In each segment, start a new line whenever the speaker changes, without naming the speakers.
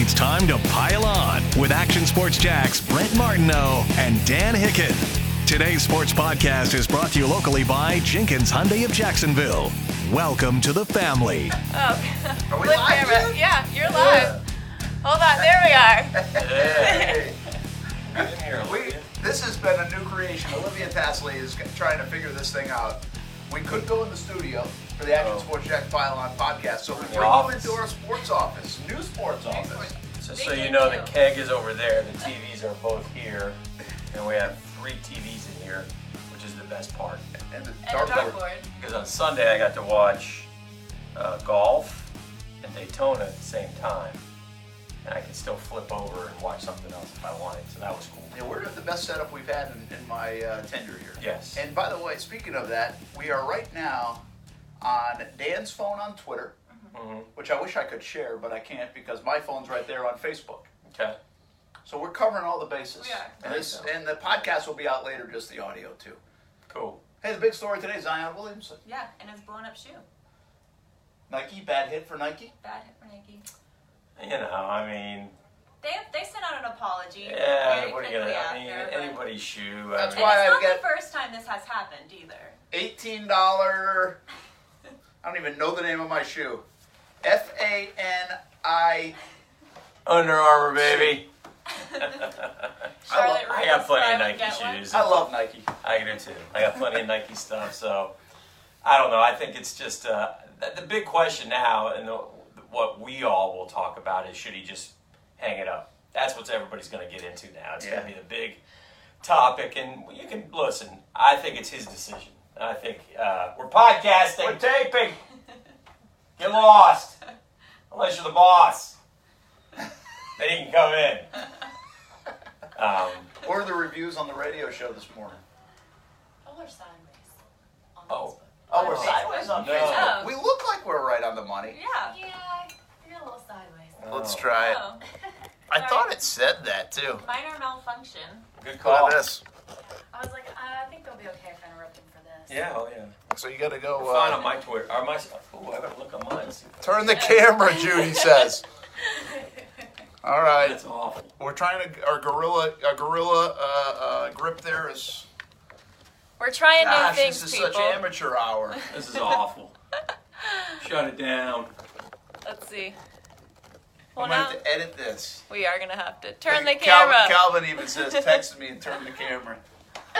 It's time to pile on with Action Sports Jack's Brent Martineau and Dan Hicken. Today's sports podcast is brought to you locally by Jenkins Hyundai of Jacksonville. Welcome to the family.
Are we
Flip
live
camera.
yet?
Yeah, you're live. Hold on, there we are.
We, this has been a new creation. Olivia Tassley is g- trying to figure this thing out. We could go in the studio for the Action Sports Jack Pile On podcast, so we bring them
office.
into our sports office, new sports office.
So, so you know, the keg is over there, the TVs are both here, and we have three TVs in here, which is the best part.
And the
And the
dartboard.
dartboard.
Because on Sunday, I got to watch uh, golf and Daytona at the same time, and I could still flip over and watch something else if I wanted, so that was cool.
Yeah, we're the best setup we've had in, in my uh, tenure here.
Yes.
And by the way, speaking of that, we are right now on Dan's phone on Twitter, which I wish I could share, but I can't because my phone's right there on Facebook.
Okay.
So we're covering all the bases.
We are.
And, this,
I think so.
and the podcast will be out later, just the audio too.
Cool.
Hey, the big story today is Zion Williamson.
Yeah, and his blown up shoe.
Nike, bad hit for Nike.
Bad hit for Nike.
You know, I mean,
They they sent out an apology.
yeah,
very
what are you
quickly
gonna? I
after,
mean,
but-
anybody's shoe.
That's
I
And
mean,
why
it's
I
not
get-
the first time this has happened either.
Eighteen dollar. I don't even know the name of my shoe. F A N I.
Under Armour, baby.
Charlotte
I
Ruth
got plenty of
said I would
Nike
get one.
shoes.
I love Nike.
I do too. I got plenty of Nike stuff, so I don't know. I think it's just uh, th- the big question now, and the, what we all will talk about is should he just hang it up? That's what everybody's going to get into now. It's
Yeah.
going to be the big topic, and you can listen. I think it's his decision. And I think uh, we're podcasting, we're taping. Get lost, unless you're the boss. then you can come in. Um,
What are the reviews on the radio show this morning?
Oh, we're sideways. On
Oh.
Facebook.
Oh, we're
Facebook.
sideways on
No.
Facebook.
Oh.
We look like we're right on the money.
Yeah.
Yeah, you're a little sideways.
Let's try it.
Oh.
I thought it said that too.
Minor malfunction.
good
Look
call.
at this.
I was like, uh, I think they'll be okay if I interrupt them for this.
Yeah, oh yeah.
So you got to go.
Fine on
Uh,
my Twitter. Or my, ooh, I better look on mine. and see if I-
turn the camera, Judy says. All right.
That's awful.
We're trying to our gorilla our gorilla uh, uh, grip there is.
We're trying
Gosh, this is such amateur hour.
This is awful. Shut it down.
Let's see.
I'm gonna have to edit this.
we are gonna have to turn
Calvin, Calvin even says, "Text me and turn the camera."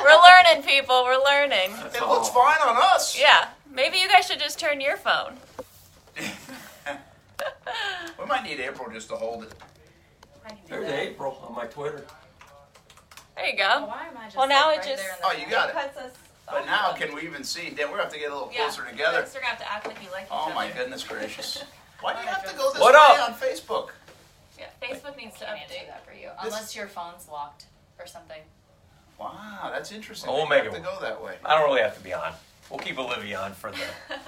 We're learning, people. We're learning.
That's
It looks
awful.
fine on us.
Yeah. Maybe you guys should just turn your phone.
We might need April just to hold it.
I can do
There's
that.
April on my Twitter.
There you
Oh,
go.
Why am I just
Well, now
like,
it
right
just-
there in the
Oh, you got it.
Cuts us
But now, can we even see? Then we're gonna have to get a little closer together.
We're gonna have to act like you like each
Oh
other.
my goodness gracious! Why do you have to go this
What
way
up?
on Facebook?
Yeah.
Facebook needs to
Can't
update
answer
that for you, unless your phone's locked or something.
Wow, that's interesting.
Oh, we'll
You
make
have to
it
go that way.
I don't really have to be on. We'll keep Olivia on for the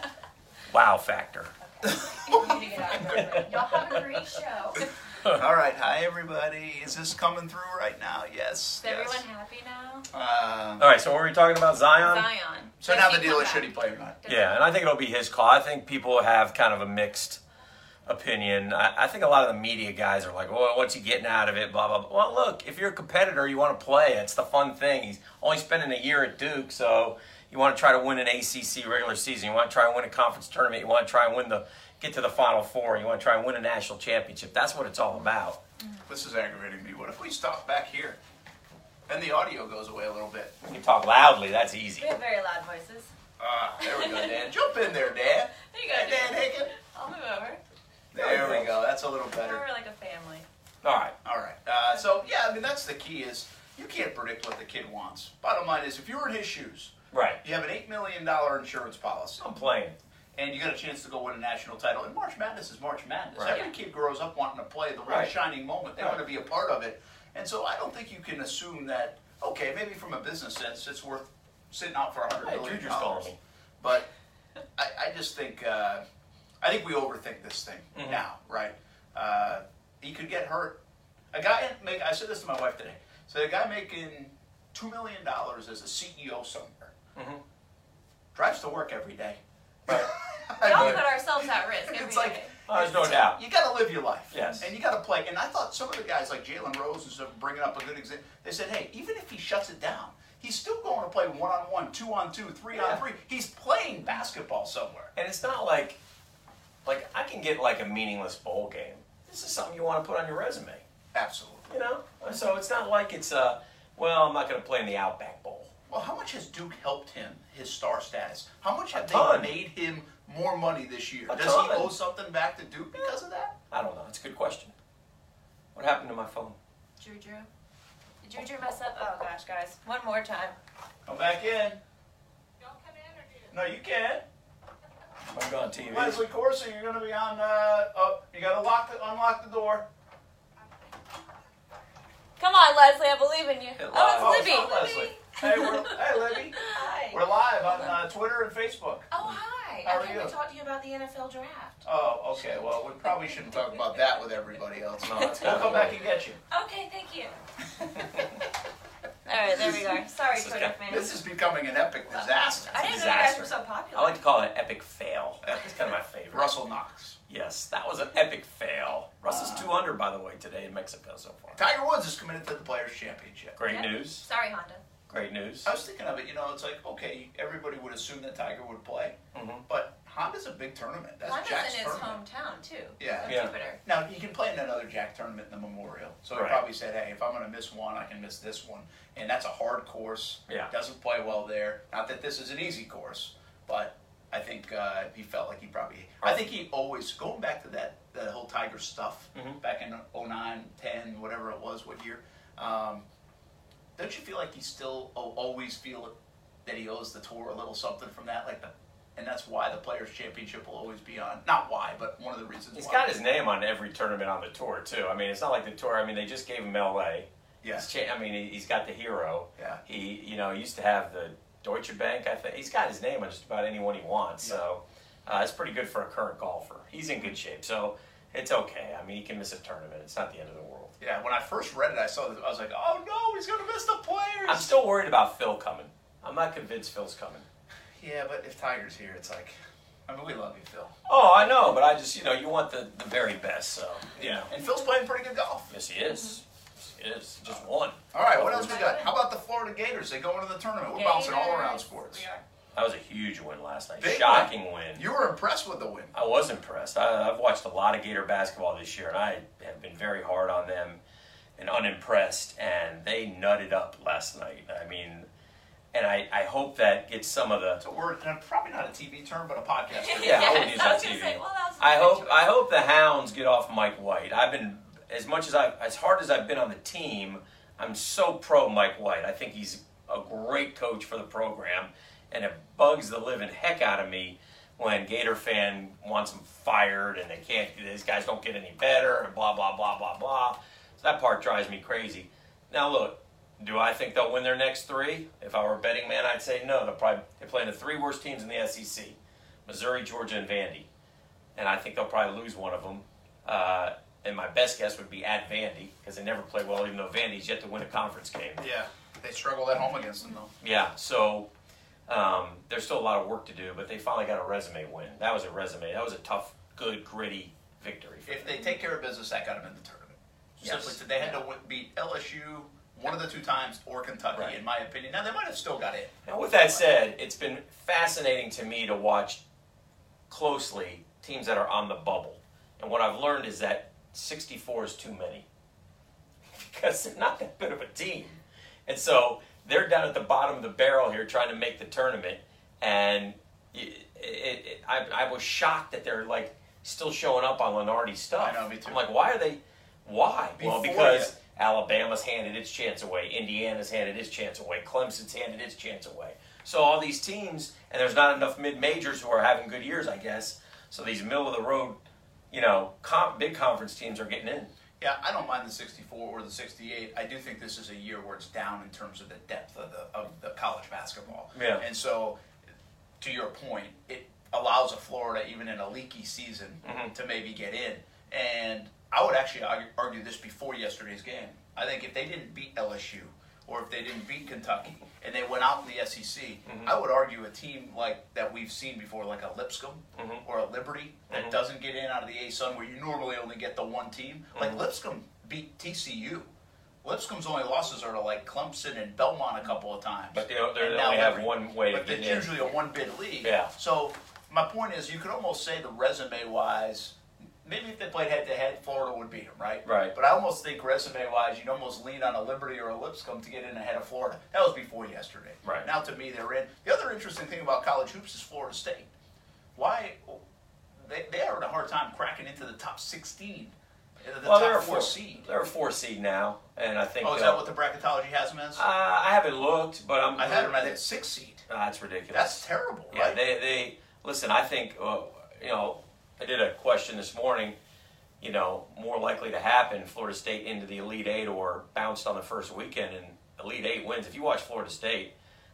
wow factor.
You need to get out of your room. Y'all have a great show. Is
All right, hi everybody. Is this coming through right now? Yes. yes.
everyone happy now?
Uh,
All right, so what were we talking about? Zion?
Zion.
Um, So now the deal is should he play or not?
Yeah, and I think it'll be his call. I think people have kind of a mixed opinion. I, I think a lot of the media guys are like, well, what's he getting out of it? Blah, blah, blah. Well, look, if you're a competitor, you want to play. It's the fun thing. He's only spending a year at Duke, so you want to try to win an ACC regular season. You want to try and win a conference tournament. You want to try and win the get to the Final Four. You want to try and win a national championship. That's what it's all about.
This is aggravating me. What if we stop back here? And the audio goes away a little bit.
You can talk loudly. That's easy.
We have very loud voices.
Ah, there we go, Dan. Jump in there, Dan.
There
Hey,
you go.
Dan
Jim.
Hicken.
I'll move over.
There we go. That's a little better.
We're like a family.
All right.
All right. Uh, so yeah, I mean that's the key is you can't predict what the kid wants. Bottom line is if you were in his shoes,
Right.
you have an eight million dollar insurance policy,
I'm playing.
and you got a chance to go win a national title. And March Madness is March Madness.
Right.
Every kid grows up wanting to play the one
Right.
shining moment. They
Right.
want to be a part of it. And so I don't think you can assume that. Okay, maybe from a business sense, it's worth sitting out for a hundred
Hey,
million
Drew just called
dollars.
me.
But I, I just think uh, I think we overthink this thing
Mm-hmm.
now, right? Uh, he could get hurt. A guy make I said this to my wife today. So the guy making two million dollars as a CEO somewhere
Mm-hmm.
drives to work every day.
We all
mean,
put ourselves at risk. every
it's like
day.
Oh, there's no doubt.
You got to live your life.
Yes.
And you got to play. And I thought some of the guys like Jalen Rose and stuff bringing up a good example. They said, hey, even if he shuts it down, he's still going to play one on one, two on two, three
Yeah.
on three. He's playing basketball somewhere.
And it's not like, like I can get like a meaningless bowl game. This is something you want to put on your resume,
Absolutely.
you know. So it's not like it's uh, well, I'm not going to play in the Outback Bowl.
Well, how much has Duke helped him, his star status? How much have
ton.
they made him more money this year?
A
Does
ton.
he owe something back to Duke because of that?
I don't know. It's a good question. What happened to my phone?
Drew Drew. Did Drew Drew mess up? Oh gosh, guys. One more time.
Come back in.
Y'all come in or do?
No, you can't.
I'm on TV.
Leslie Corson, you're going to be on. Uh, oh, you got to lock the, unlock the door.
Come on, Leslie. I believe in you.
Hit live.
Oh,
Oh,
it's
it's
Libby.
not Leslie. Hey, we're, hey, Libby.
Hi.
We're live on uh, Twitter and Facebook.
Oh, hi.
How are
I came
you?
to talk to you about the NFL draft.
Oh, okay. Well, we probably shouldn't talk about that with everybody else.
No, that's
We'll
kinda
come back
weird.
and get you.
Okay, thank you.
All right, there we go. Sorry,
This is
Twitter
good.
fans.
This is becoming an epic disaster.
I didn't know you guys
disaster.
were so popular.
I like to call it an epic fail. It's kind of my favorite.
Russell Knox.
Yes, that was an epic fail. Russ
Uh.
is two under, by the way, today in Mexico so far.
Tiger Woods is committed to the Players Championship.
Great
Yep.
news.
Sorry, Honda.
Great news.
I was thinking of it, you know, it's like, okay, everybody would assume that Tiger would play, but Honda's a big tournament. That's
Honda's
Jack's
in his
tournament.
hometown too.
Yeah.
Of
Yeah.
Jupiter.
Now, he can play in another Jack tournament in the Memorial. So he
Right.
probably said, hey, if I'm going to miss one, I can miss this one. And that's a hard course.
Yeah.
Doesn't play well there. Not that this is an easy course, but I think uh, he felt like he probably. I think he always, going back to that, that whole Tiger stuff
Mm-hmm.
back in 09, 10, whatever it was, what year, um, don't you feel like he still al- always feel that he owes the tour a little something from that? Like the. And that's why the Players' Championship will always be on. Not why, but one of the reasons
He's
why.
got his name on every tournament on the tour too. I mean, it's not like the tour. I mean, they just gave him L.A.
Yeah.
He's cha- I mean, he- he's got the hero.
Yeah.
He, you know, he used to have the Deutsche Bank. I think he's got his name on just about anyone he wants. So uh, it's pretty good for a current golfer. He's in good shape. So it's okay. I mean, he can miss a tournament. It's not the end of the world.
Yeah, when I first read it, I saw this. I was like, "Oh no, he's gonna miss the
I'm
players."
still worried about Phil coming. I'm not convinced Phil's coming.
Yeah, but if Tiger's here, it's like, I mean, we love you, Phil.
Oh, I know, but I just, you know, you want the, the very best. So you know.
and Phil's playing pretty good golf.
Yes, he is. Yes, he is. He Just one.
All right, what else we got? How about the Florida Gators? They go into the tournament. We're bouncing all around
Gators.
sports.
We are.
That was a huge win last night.
Big
Shocking win.
You were impressed with the win.
I was impressed. I, I've watched a lot of Gator basketball this year, and I have been very hard on them and unimpressed. And they nutted up last night. I mean, and I, I hope that gets some of the.
It's a word, and probably not a TV term, but a podcast. term.
Yeah, I wouldn't
Yes,
use
I
that
was gonna
TV.
say, well, that was a
I
good
hope
choice.
I hope the Hounds get off Mike White. I've been as much as I as hard as I've been on the team. I'm so pro Mike White. I think he's a great coach for the program, and it bugs the living heck out of me when Gator fan wants him fired and they can't. These guys don't get any better and blah blah blah blah blah. So that part drives me crazy. Now look. Do I think they'll win their next three? If I were a betting man, I'd say no. They're probably they're playing the three worst teams in the E SEC: Missouri, Georgia, and Vandy and I think they'll probably lose one of them. Uh, and my best guess would be at Vandy because they never play well, even though Vandy's yet to win a conference game.
Yeah, they struggled at home against them though.
Yeah, so um, there's still a lot of work to do, but they finally got a resume win. That was a resume. That was a tough, good, gritty victory. For
If
them.
they take care of business, that got them in the tournament.
Yes.
Simply, they had to win, beat LSU one of the two times or Kentucky,
Right.
in my opinion. Now they might have still got it.
Now, with that said, it's been fascinating to me to watch closely teams that are on the bubble. And what I've learned is that 64 is too many because they're not that good of a team. And so they're down at the bottom of the barrel here trying to make the tournament. And it, it, it, I, I was shocked that they're like still showing up on Lenardi's stuff.
I know, me too.
I'm like, why are they? Why?
Before
well, because
you-
Alabama's handed its chance away. Indiana's handed its chance away. Clemson's handed its chance away. So all these teams, and there's not enough mid majors who are having good years, I guess. So these middle of the road, you know, com big conference teams are getting in.
Yeah, I don't mind the 64 or the 68. I do think this is a year where it's down in terms of the depth of the of the college basketball.
Yeah.
And so, to your point, it allows a Florida, even in a leaky season,
Mm-hmm.
to maybe get in. And I would actually argue, argue this before yesterday's game. I think if they didn't beat LSU or if they didn't beat Kentucky and they went out in the SEC,
Mm-hmm.
I would argue a team like that we've seen before, like a Lipscomb
Mm-hmm.
or a Liberty that doesn't get in out of the A Sun, where you normally only get the one team. Like
Mm-hmm.
Lipscomb beat TCU. Lipscomb's only losses are to like Clemson and Belmont a couple of times.
But they don't- they
And
only
now
have
every-
one way to
But
get
it's
in.
usually a one bid league.
Yeah.
So my point is, you could almost say the resume wise, maybe if they played head to head, Florida would beat them, right?
Right.
But I almost think resume wise, you'd almost lean on a Liberty or a Lipscomb to get in ahead of Florida. That was before yesterday.
Right.
Now to me, they're in. The other interesting thing about college hoops is Florida State. Why? They, they are having a hard time cracking into the top 16. The
well,
top
they're a
four,
four
seed.
They're a four seed now, and I think.
Oh, is
they'll-
that what the bracketology has them as?
uh, I haven't looked, but I'm.
I had them at that six seed.
Ah, that's ridiculous.
That's terrible,
Yeah,
right?
they they listen. I think uh, you know. I did a question this morning. You know, more likely to happen: Florida State into the Elite Eight or bounced on the first weekend, and Elite Eight wins. If you watch Florida State,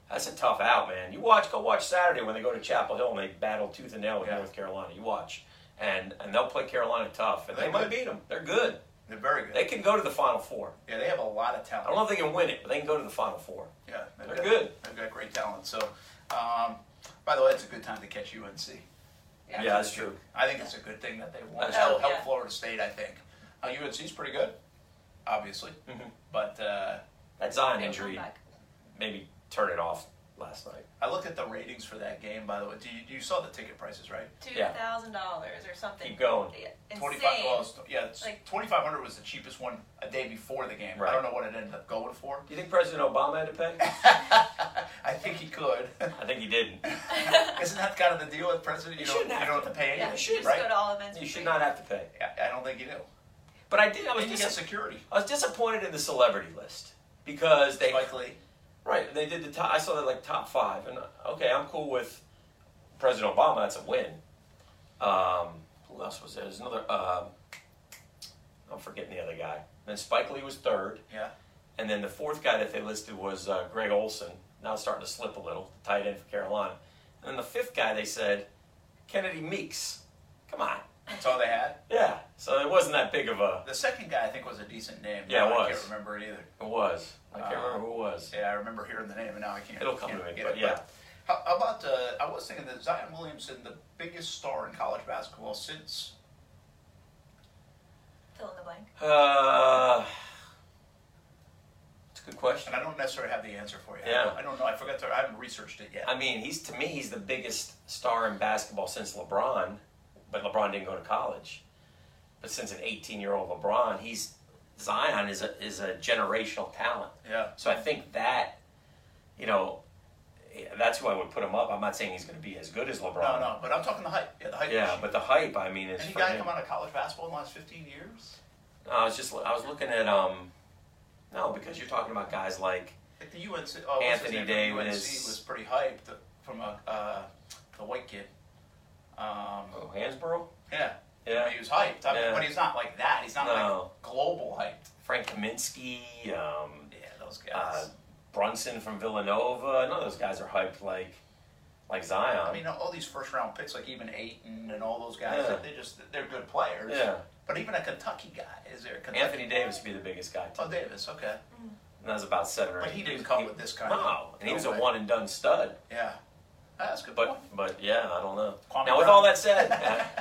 that's a tough out, man. You watch, go watch Saturday when they go to Chapel Hill and they battle tooth and nail with
Yeah.
North Carolina. You watch, and and they'll play Carolina tough, and
They're
they might
good.
beat them. They're good.
They're very good.
They can go to the Final Four.
yeah, they have a lot of
I don't know
talent.
if they can win it, but they can go to the Final Four.
Yeah, they've
They're
got-
good.
They've got great talent. So, um, by the way, it's a good time to catch UNC.
Yeah,
Yeah.
that's true.
I think it's a good thing that they won.
That's
That'll
true.
help
Yeah.
Florida State, I think. Uh, UNC's pretty good, obviously.
Mm-hmm.
But uh,
That Zion
They
injury
come back.
maybe turn it off last night.
I looked at the ratings for that game, by the way. Do you, you saw the ticket prices, right?
Two
Yeah.
thousand dollars or something.
Keep going.
Yeah,
Twenty
Insane.
five. Well, it's- yeah, it's,
Like-
twenty five hundred was the cheapest one a day before the game.
Right.
I don't know what it ended up going for.
Do you think President Obama had to pay?
I think he could.
I think he didn't.
Isn't that kind of the deal with president? You,
You
don't,
shouldn't
you
have
don't
to.
have to pay
Yeah,
anything,
you should just
right?
go to all events.
You
for
should
free.
not have to pay.
I I don't think you do.
But I did. I was,
And you get
dis-
security.
I was disappointed in the celebrity list because they
Spike Lee.
right they did the top. I saw that like top five, and uh, okay, I'm cool with President Obama. That's a win. Um, who else was there? There's another. Um, I'm forgetting the other guy. Then Spike Lee was third.
Yeah.
And then the fourth guy that they listed was uh, Greg Olson. Now it's starting to slip a little, the tight end for Carolina. And then the fifth guy they said Kennedy Meeks. Come on.
That's all they had.
Yeah. So it wasn't that big of a.
The second guy I think was a decent name.
Yeah, it
Now I
was.
can't remember it either.
It was. I can't
Uh,
remember who it was.
Yeah, I remember hearing the name, and now I can't.
It'll come
can't
to me,
get
but
it,
yeah.
How, how about? Uh, I was thinking that Zion Williamson, the biggest star in college basketball since
Fill in the blank.
Uh, it's a good question.
And I don't necessarily have the answer for you. I
Yeah.
don't- I don't know. I forgot to. I haven't researched it yet.
I mean, he's to me, he's the biggest star in basketball since LeBron, but LeBron didn't go to college. But since an 18-year-old LeBron, he's Zion is a is a generational talent.
Yeah.
So I think that, you know, yeah, that's who I would put him up. I'm not saying he's going to be as good as
No,
LeBron.
no. But I'm talking the hype. Yeah, the hype.
Yeah,
machine.
but the hype, I mean, is
any
for
guy
him.
come out of college basketball in the last 15 years?
I was just I was looking at um, no, because you're talking about guys like
Like the UNC. Oh, what's his
Anthony
name?
Day
UNC
was-
was pretty hyped from a uh, the white kid. Um,
oh, Hansborough,
yeah.
Yeah.
I mean, he was hyped. I mean,
Yeah.
but he's not like that. He's not
No.
like global hyped.
Frank Kaminsky, um,
Yeah, those
uh,
guys.
Brunson from Villanova. None of those guys are hyped like like Zion.
I mean, all these first round picks, like even Aiton and all those guys,
Yeah.
they just they're good players.
Yeah.
But even a Kentucky guy is there. A Kentucky
Anthony Davis would be the biggest guy. Too.
Oh, Davis. Okay.
And that was about seven or
But
eight.
he didn't
was-
come with this kind of-
No, and he
no
was
way.
a one and done stud.
Yeah, that's a good.
But
point.
but yeah, I don't know.
Kwame
now with
Brown.
all that said,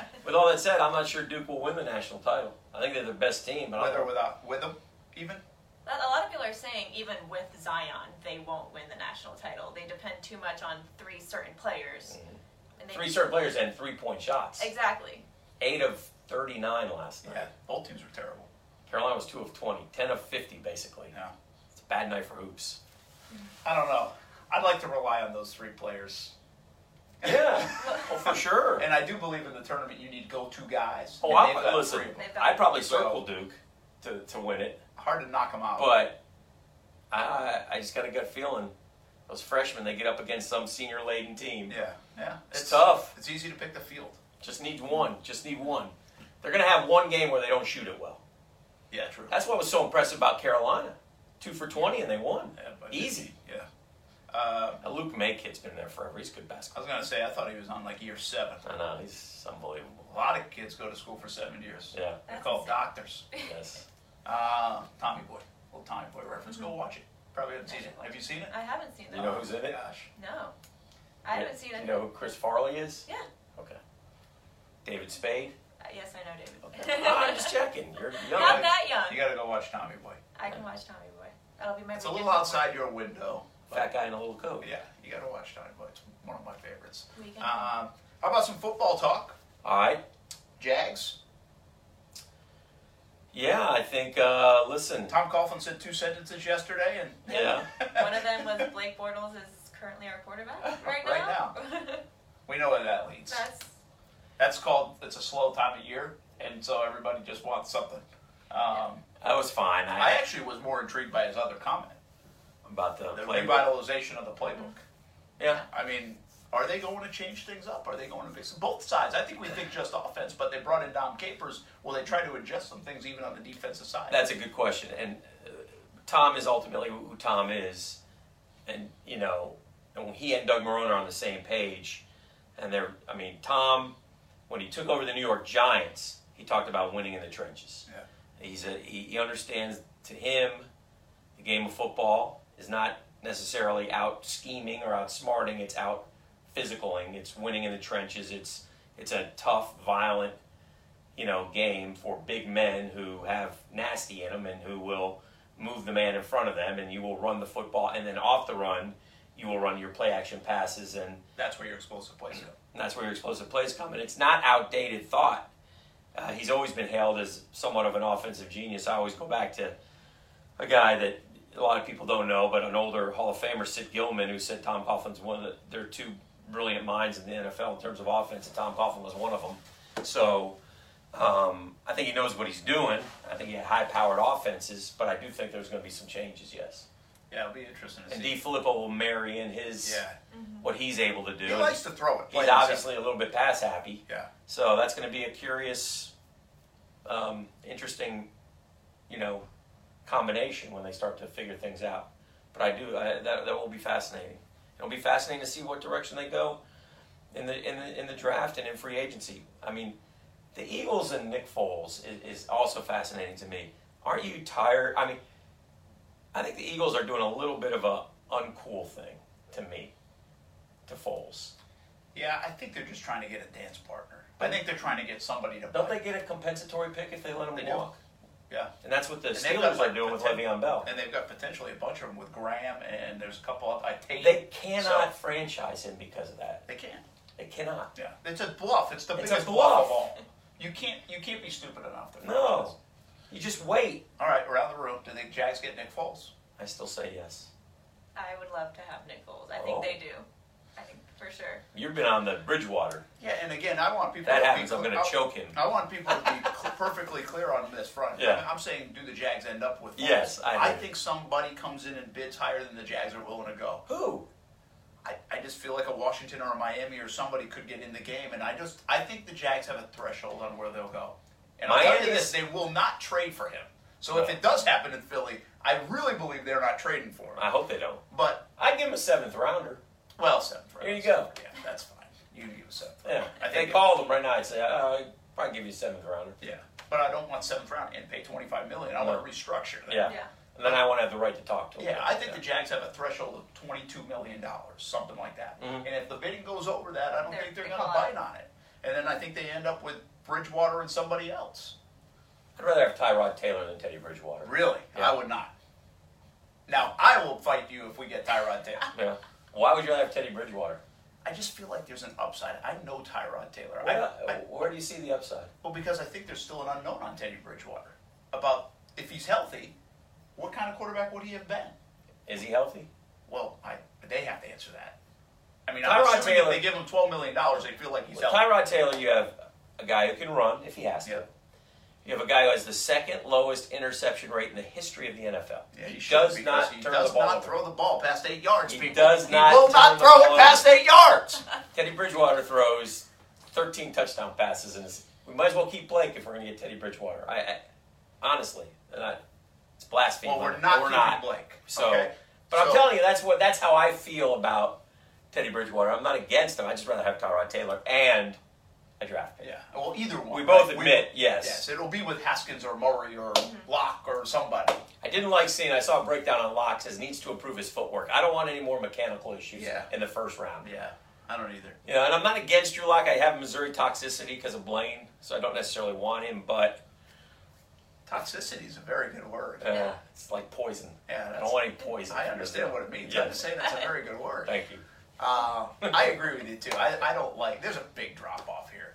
with all that said, I'm not sure Duke will win the national title. I think they're the best team, but
with or
I'm,
without with him, even
But A lot of people are saying even with Zion, they won't win the national title. They depend too much on three certain players. And they,
Mm-hmm. three certain players and three point shots.
Exactly.
Eight of 39 last night.
yeah, both teams were terrible.
Carolina was two of 20, 10 of 50 basically.
Yeah,
It's a bad night for hoops.
I don't know. I'd like to rely on those three players,
Yeah, well Oh, for sure.
and I do believe in the tournament. You need go-to guys.
oh,
and they've
I,
got
listen,
three Oh. of them.
They've got
I'd probably
So-
circle Duke to, to win it,
hard to knock them out.
but I, I just got a gut feeling those freshmen they get up against some senior laden team.
yeah, yeah,
It's tough.
It's easy to pick the field.
Just need one. Just need one. They're gonna have one game where they don't shoot it well.
Yeah, true.
That's what was so impressive about Carolina. Two for 20 and they won.
yeah, but-
Easy.
Yeah. Uh,
Now, Luke Maykit's been there forever. He's good
I
basketball.
was gonna say I thought he was on like year seven.
I know he's unbelievable.
A lot of kids go to school for seven years.
Yeah.
They're
That's
called
insane.
doctors.
Yes.
Uh, Tommy Boy, little Tommy Boy reference. Go watch it. Probably haven't seen it. Have you seen it?
I haven't seen that.
You know who's in it?
Gosh.
No, I haven't seen it.
You know who Chris Farley is?
Yeah.
Okay. David Spade.
Uh, Yes, I know David.
Okay. Ah, I'm just checking. You're young.
Not that young.
You gotta go watch Tommy Boy.
I can watch Tommy Boy. That'll be my.
It's a
weekend
little outside your window. but-
Fat guy in a little coat.
Yeah, you gotta watch Tommy Boy. It's one of my favorites.
We can-
Um, how about some football talk?
All right.
Jags.
Yeah, I think. Uh, listen.
Tom Coughlin said two sentences yesterday, and
Yeah.
One of them was Blake Bortles is currently our quarterback right now.
Right we know where that leads.
That's
That's called. It's a slow time of year, and so everybody just wants something. Um,
That was fine.
I
I,
actually was more intrigued by his other comment,
about the,
the
play.
revitalization of the playbook.
Mm-hmm.
Yeah.
I mean, are they going to change things up? Are they going to fix both sides? I think we think just offense, but they brought in Dom Capers. Will they try to adjust some things even on the defensive side?
That's a good question. And uh, Tom is ultimately who Tom is. And, you know, and when he and Doug Marone are on the same page. And they're, I mean, Tom, when he took over the New York Giants, he talked about winning in the trenches.
yeah.
He's a, he, he understands to him the game of football is not necessarily out scheming or out smarting. It's out physicaling. It's winning in the trenches. It's it's a tough, violent, you know, game for big men who have nasty in them and who will move the man in front of them. And you will run the football, and then off the run, you will run your play action passes and
That's where your explosive plays go.
and that's where your explosive plays come. And it's not outdated thought. Uh, he's always been hailed as somewhat of an offensive genius. I always go back to a guy that a lot of people don't know, but an older Hall of Famer, Sid Gilman, who said Tom Coughlin's one of the, there are two brilliant minds in the NFL in terms of offense, and Tom Coughlin was one of them. So um, I think he knows what he's doing. I think he had high-powered offenses, but I do think there's going to be some changes, yes.
Yeah, it'll be interesting to
And
see.
D. Filippo will marry in his
Yeah.
what he's able to do.
He likes to throw it.
He's
plain and
obviously a little bit pass happy.
simple. Yeah.
So that's going to be a curious, um, interesting, you know, combination when they start to figure things out. But I do I, that, that will be fascinating. It'll be fascinating to see what direction they go in the in the in the draft and in free agency. I mean, the Eagles and Nick Foles is, is also fascinating to me. Aren't you tired? I mean, I think the Eagles are doing a little bit of a uncool thing to me, to Foles.
Yeah, I think they're just trying to get a dance partner. I think they're trying to get somebody to
Don't
play.
they get a compensatory pick if they let him
They do.
walk?
Yeah.
And that's what the
And they've got,
Steelers
like,
are doing with
poten-
Le'Veon Bell.
And they've got potentially a bunch of them with Graham, and there's a couple of I Tate.
They cannot
So,
franchise him because of that.
they can.
They cannot.
Yeah, it's a bluff. It's the
It's a
biggest bluff.
bluff.
of all. You can't. You can't be stupid enough to.
No. You just wait.
All right, we're out of the room. Do the Jags get Nick Foles?
I still say yes.
I would love to have Nick Foles. I
Oh.
think they do. I think for sure.
You've been on the Bridgewater.
Yeah, and again, I want people.
That
to
happens,
Be
I'm
clear-
gonna
I-
choke him.
I want people to be cl- perfectly clear on this front.
Yeah.
I'm saying, do the Jags end up with? Foles?
Yes, I
I
agree.
think somebody comes in and bids higher than the Jags are willing to go.
Who?
I, I just feel like a Washington or a Miami or somebody could get in the game, and I just I think the Jags have a threshold on where they'll go. And I'll tell you this:
Miami's-
they will not trade for him. So if
No.
it does happen in Philly, I really believe they're not trading for him.
I hope they don't.
But
I'd give him a seventh rounder.
well, seventh round.
Here you go.
Yeah, that's fine. You can give a seventh round.
Yeah.
I
If they
think
called him right now, I'd say, uh, I'd probably give you a seventh rounder.
Yeah, but I don't want seventh round and pay twenty five million. I want to restructure that.
Yeah.
Yeah.
And then I want to have the right to talk to him.
Yeah, I think the Jags have a threshold of twenty-two million dollars, something like that.
Mm-hmm.
And if the bidding goes over that, I don't
They're-
think they're
they
going to
call
bite
it.
on it. And then I think they end up with Bridgewater and somebody else.
I'd rather have Tyrod Taylor than Teddy Bridgewater.
Really,
Yeah.
I would not. Now I will fight you if we get Tyrod Taylor.
Yeah. Why would you rather have Teddy Bridgewater?
I just feel like there's an upside. I know Tyrod Taylor. I-
Where,
I,
where do you see the upside?
well, because I think there's still an unknown on Teddy Bridgewater about if he's healthy, what kind of quarterback would he have been?
Is he healthy?
Well, I, they have to answer that. I mean, I'm
Tyrod
assuming
Taylor-
if they give him twelve million dollars, they feel like he's
With
healthy.
Tyrod Taylor, you have a guy who can run if he has to.
Yeah.
You have a guy who has the second lowest interception rate in the history of the NFL.
Yeah,
he
he should,
does
because
not
he
turn
does
the ball
not
over.
throw the ball past eight yards.
He
people.
does not
He will
turn
not
the
throw
ball
it past eight yards.
Teddy Bridgewater throws 13 touchdown passes, and it's- we might as well keep Blake if we're going to get Teddy Bridgewater. I, I honestly, and I- it's blasphemy.
well, we're
but
not
we're
keeping
not.
Blake.
So,
okay?
but I'm
So,
telling you, that's what that's how I feel about Teddy Bridgewater. I'm not against him. I just rather have Tyrod Taylor and a draft pick.
Yeah. Well, either one.
We both
right?
admit, yes.
Yes, it'll be with Haskins or Murray or Locke or somebody.
I didn't like seeing. I saw a breakdown on Locke says needs to improve his footwork. I don't want any more mechanical issues
Yeah.
in the first round.
Yeah, I don't either.
You know, and I'm not against Drew Lock. I have Missouri toxicity because of Blaine, so I don't necessarily want him. But
Toxicity is a very good word.
uh,
Yeah.
it's like poison.
Yeah,
I
that's-
don't want any poison.
I understand what it means.
Yeah.
I'm just saying that's a very good word.
Thank you.
Uh, I agree with you too. I, I don't like. There's a big drop off here.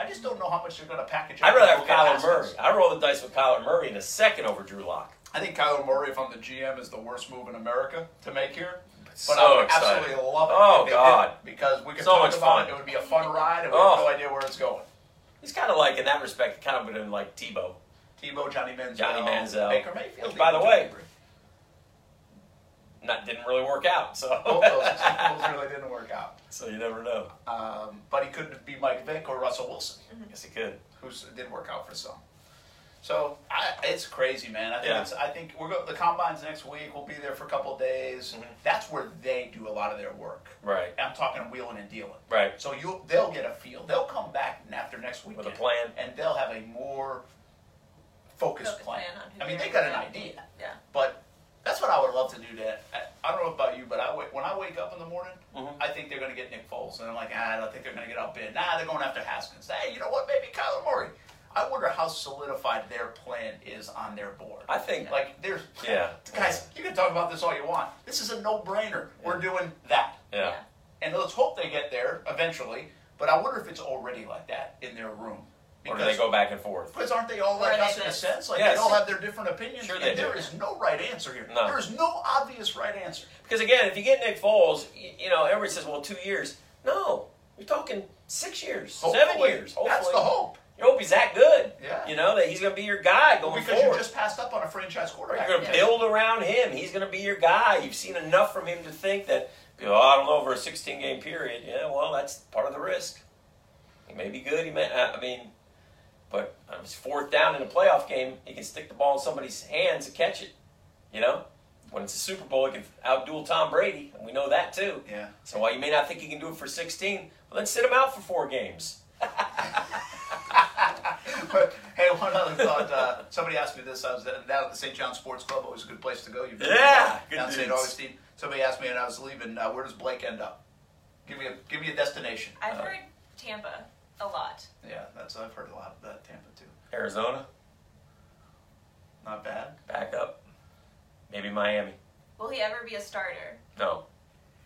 I just don't know how much they're going to package. up
I'd rather
and
have
go get
Kyler Murray.
Haskins.
I roll the dice with Kyler Murray in a second over Drew Lock.
I think Kyler Murray, if I'm the GM, is the worst move in America to make here. But
So
I would
excited.
absolutely love it.
Oh,
if they did,
God.
because we could
So
talk
much
about
fun.
it. It would be a fun ride, and we
Oh.
have no idea where it's going.
He's kind of like in that respect, kind of been like Tebow.
Tebow, Johnny Manziel,
Johnny Manziel.
Baker Mayfield.
Which, by the
even
way-
Jalen Green.
Not didn't really work out.
both
So
those, those really didn't work out.
so you never know.
Um, but he couldn't be Mike Vick or Russell Wilson,
Yes, he could.
who did work out for some. So I, it's crazy, man. I think
Yeah.
it's, I think we're go, the combines next week. We'll be there for a couple of days. That's where they do a lot of their work.
Mm-hmm. Right.
I'm talking wheeling and dealing.
Right.
So you they'll get a feel. They'll come back after next weekend
a plan.
and they'll have a more focused
Focused plan on who
I mean,
they're
they got an
gonna-
idea.
Yeah.
But that's what I would love to do. That I, I don't know about you, but I wake, when I wake up in the morning,
Mm-hmm.
I think they're going to get Nick Foles, and I'm like, ah, I don't think they're going to get up in. Nah, they're going after Haskins. Hey, you know what? Maybe Kyler Murray. I wonder how solidified their plan is on their board.
I think-
like there's
Yeah.
guys. You can talk about this all you want. This is a no-brainer. We're doing that,
Yeah.
Yeah.
and let's hope they get there eventually. But I wonder if it's already like that in their room.
Or do they go back and forth?
Because aren't they all
Or
like
they
us in a
just-
sense? Like
Yes.
they all have their different opinions,
Sure they
and there
do.
is no right answer here.
No.
There is no obvious right answer.
Because again, if you get Nick Foles, y- you know everybody says, "Well, two years." No, you're talking six years, seven
Hopefully.
years. Hopefully,
That's the hope.
You hope he's that good.
Yeah.
You know that he's going to be your guy going
Because
forward.
you just passed up on a franchise quarterback.
You're going to
Yeah.
build around him. He's going to be your guy. You've seen enough from him to think that. Oh, I don't know over a 16 game period. Yeah, well, that's part of the risk. He may be good. He may. I I mean, but if it's fourth down in a playoff game, he can stick the ball in somebody's hands and catch it. You know, when it's a Super Bowl, he can outduel Tom Brady, and we know that too.
Yeah.
So while you may not think he can do it for 16, well, then sit him out for four games.
But hey, one other thought. Uh, somebody asked me this. I was down at the St. John Sports Club. Always a good place to go. You've been
Yeah,
there, down
good
St.
dudes.
Augustine. Somebody asked me, and I was leaving. Uh, where does Blake end up? Give me a give me a destination.
I've heard Tampa a lot.
yeah, that's I've heard a lot of that Tampa too.
Arizona,
Not bad.
back up. Maybe Miami.
Will he ever be a starter?
No.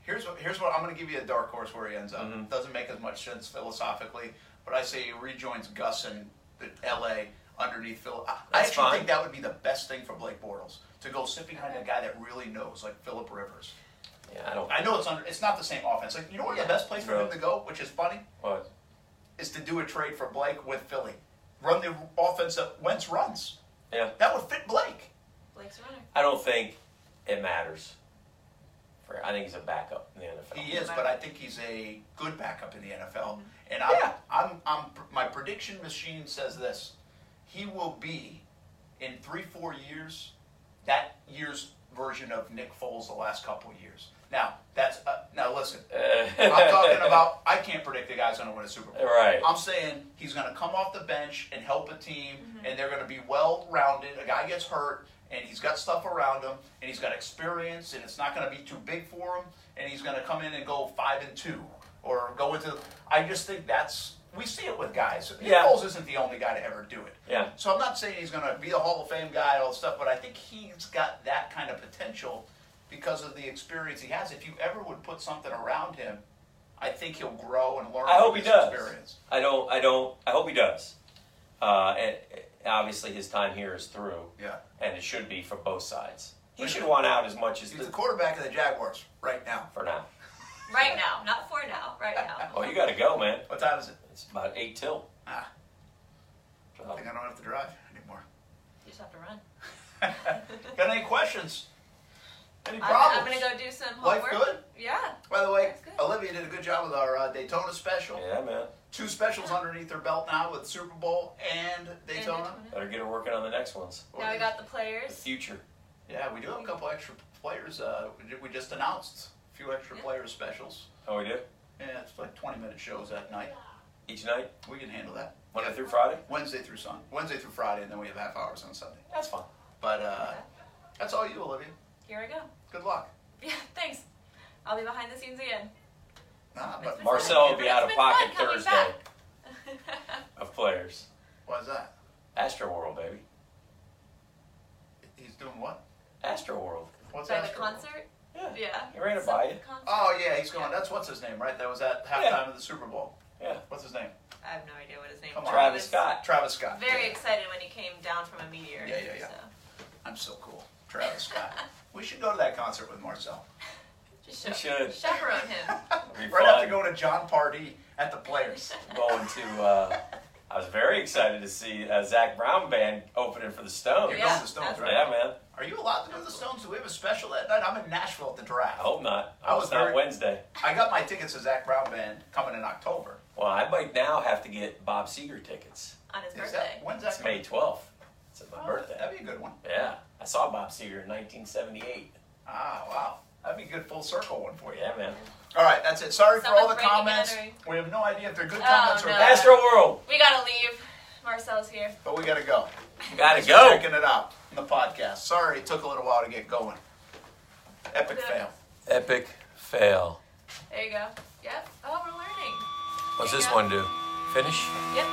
Here's what here's what I'm going to give you a dark horse where he ends up.
Mm-hmm.
Doesn't make as much sense philosophically, but I say he rejoins Gus in the L.A. underneath Phil. I, I
That's
actually
fine.
think that would be the best thing for Blake Bortles to go sit behind a guy that really knows, like Philip Rivers.
Yeah, I don't.
I know it's under, it's not the same offense. Like you know where the best place for
No.
him to go, which is funny,
What?
is to do a trade for Blake with Philly. Run the offense that Wentz runs.
Yeah.
That would fit Blake.
Blake's a runner.
I don't think it matters. For I think he's a backup in the NFL.
He is, but I think he's a good backup in the NFL. And I'm,
Yeah.
I'm, I'm, my prediction machine says this: he will be in three, four years that year's version of Nick Foles the last couple of years. Now that's uh, now listen. I'm talking about I can't predict the guy's going to win a Super Bowl.
Right.
I'm saying he's going to come off the bench and help a team, and they're going to be well rounded. A guy gets hurt, and he's got stuff around him, and he's got experience, and it's not going to be too big for him, and he's going to come in and go five and two or go into. I just think that's we see it with guys. Nick
Yeah.
Foles isn't the only guy to ever do it.
Yeah.
So I'm not saying he's going to be a Hall of Fame guy and all this stuff, but I think he's got that kind of potential because of the experience he has. If you ever would put something around him, I think he'll grow and learn.
I hope
from
he
his
does.
Experience.
I don't. I don't. I hope he does. Uh, and uh, obviously, his time here is through.
Yeah.
And it should be for both sides. He should want out as much as
He's the
the,
quarterback of the Jaguars right now.
for now.
Right now, not for now. Right now.
Oh, you got to go, man.
What time is it?
It's about eight till.
Ah, I
So,
think I don't have to drive anymore.
You just have to run.
Got any questions? Any
I'm,
problems?
I'm gonna go do some
Life
homework.
good?
Yeah.
By the way,
That's good.
Olivia did a good job with our uh, Daytona special.
yeah, man.
Two specials underneath her belt now with Super Bowl and Daytona.
Better get her working on the next ones.
Now we got the
The
players.
future.
Yeah, we do have a couple extra players. Uh, we, ju- we just announced a few extra
Yeah.
player specials.
Oh, we do.
Yeah, it's like 20 minute shows that night.
each night,
We can handle that.
Monday through Friday.
Wednesday through Sun. Wednesday through Friday, and then we have half hours on Sunday.
That's fine.
But uh, that's all you, Olivia.
Here I go.
Good luck.
Yeah, thanks. I'll be behind the scenes again.
Nah, but
It's
Marcel will be out of
It's been fun
pocket
coming
Thursday
back.
of players.
why's that?
Astro World, baby.
He's doing what?
Astro World.
What's
By the
Astro World?
concert?
Yeah.
Yeah.
He ran it
Some
by you.
concert.
Oh yeah, he's going.
Yeah.
That's what's his name, right? That was at halftime
Yeah.
of the Super Bowl.
Yeah.
What's his name?
I have no idea what his name
Come
was.
on.
Travis
I was
Scott.
Travis Scott.
Very
Yeah.
excited when he came down from a meteor.
Yeah, yeah, yeah.
so.
I'm so cool. Travis Scott. we should go to that concert with Marcel.
Just
You
should.
should.
Chaperone him.
It'd be
Right after
fun.
going to John Pardee at the Players.
going to. Uh, I was very excited to see uh, Zach Brown band opening for the Stones.
You're
Yeah,
going to the Stones,
that's-
right?
Yeah, man.
Are you allowed to go to the Stones? Do we have a special that night? I'm in Nashville at the draft.
I hope not.
I
I
was
was not
very-
Wednesday.
I got my tickets to Zach Brown Band coming in October.
Well, I might now have to get Bob Seger tickets.
on his
Is
birthday.
that when's that?
It's May 12th. It's my birthday.
Oh, That'd be a good one.
Yeah, I saw Bob Seger in 1978.
Ah, wow. That'd be a good full circle one for you.
Yeah, man.
All right, that's it. Sorry for all the
Someone's bringing
comments.
another-
We have no idea if they're good
Oh,
comments or
no.
bad,
Astro World.
We gotta leave. Marcel's here.
but we gotta go.
You gotta
We're
go.
Checking it out in the podcast. Sorry it took a little while to get going. Epic
Good.
fail.
Epic fail.
There you go. Yep. Oh, we're learning.
What's this one do? Finish.
Yep.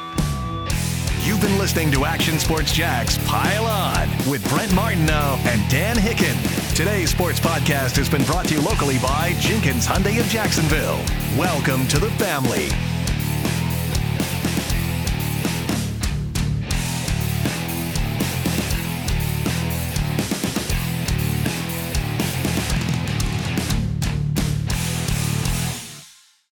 You've been listening to Action Sports Jack's Pile On with Brent Martineau and Dan Hicken. Today's sports podcast has been brought to you locally by Jenkins Hyundai of Jacksonville. Welcome to the family.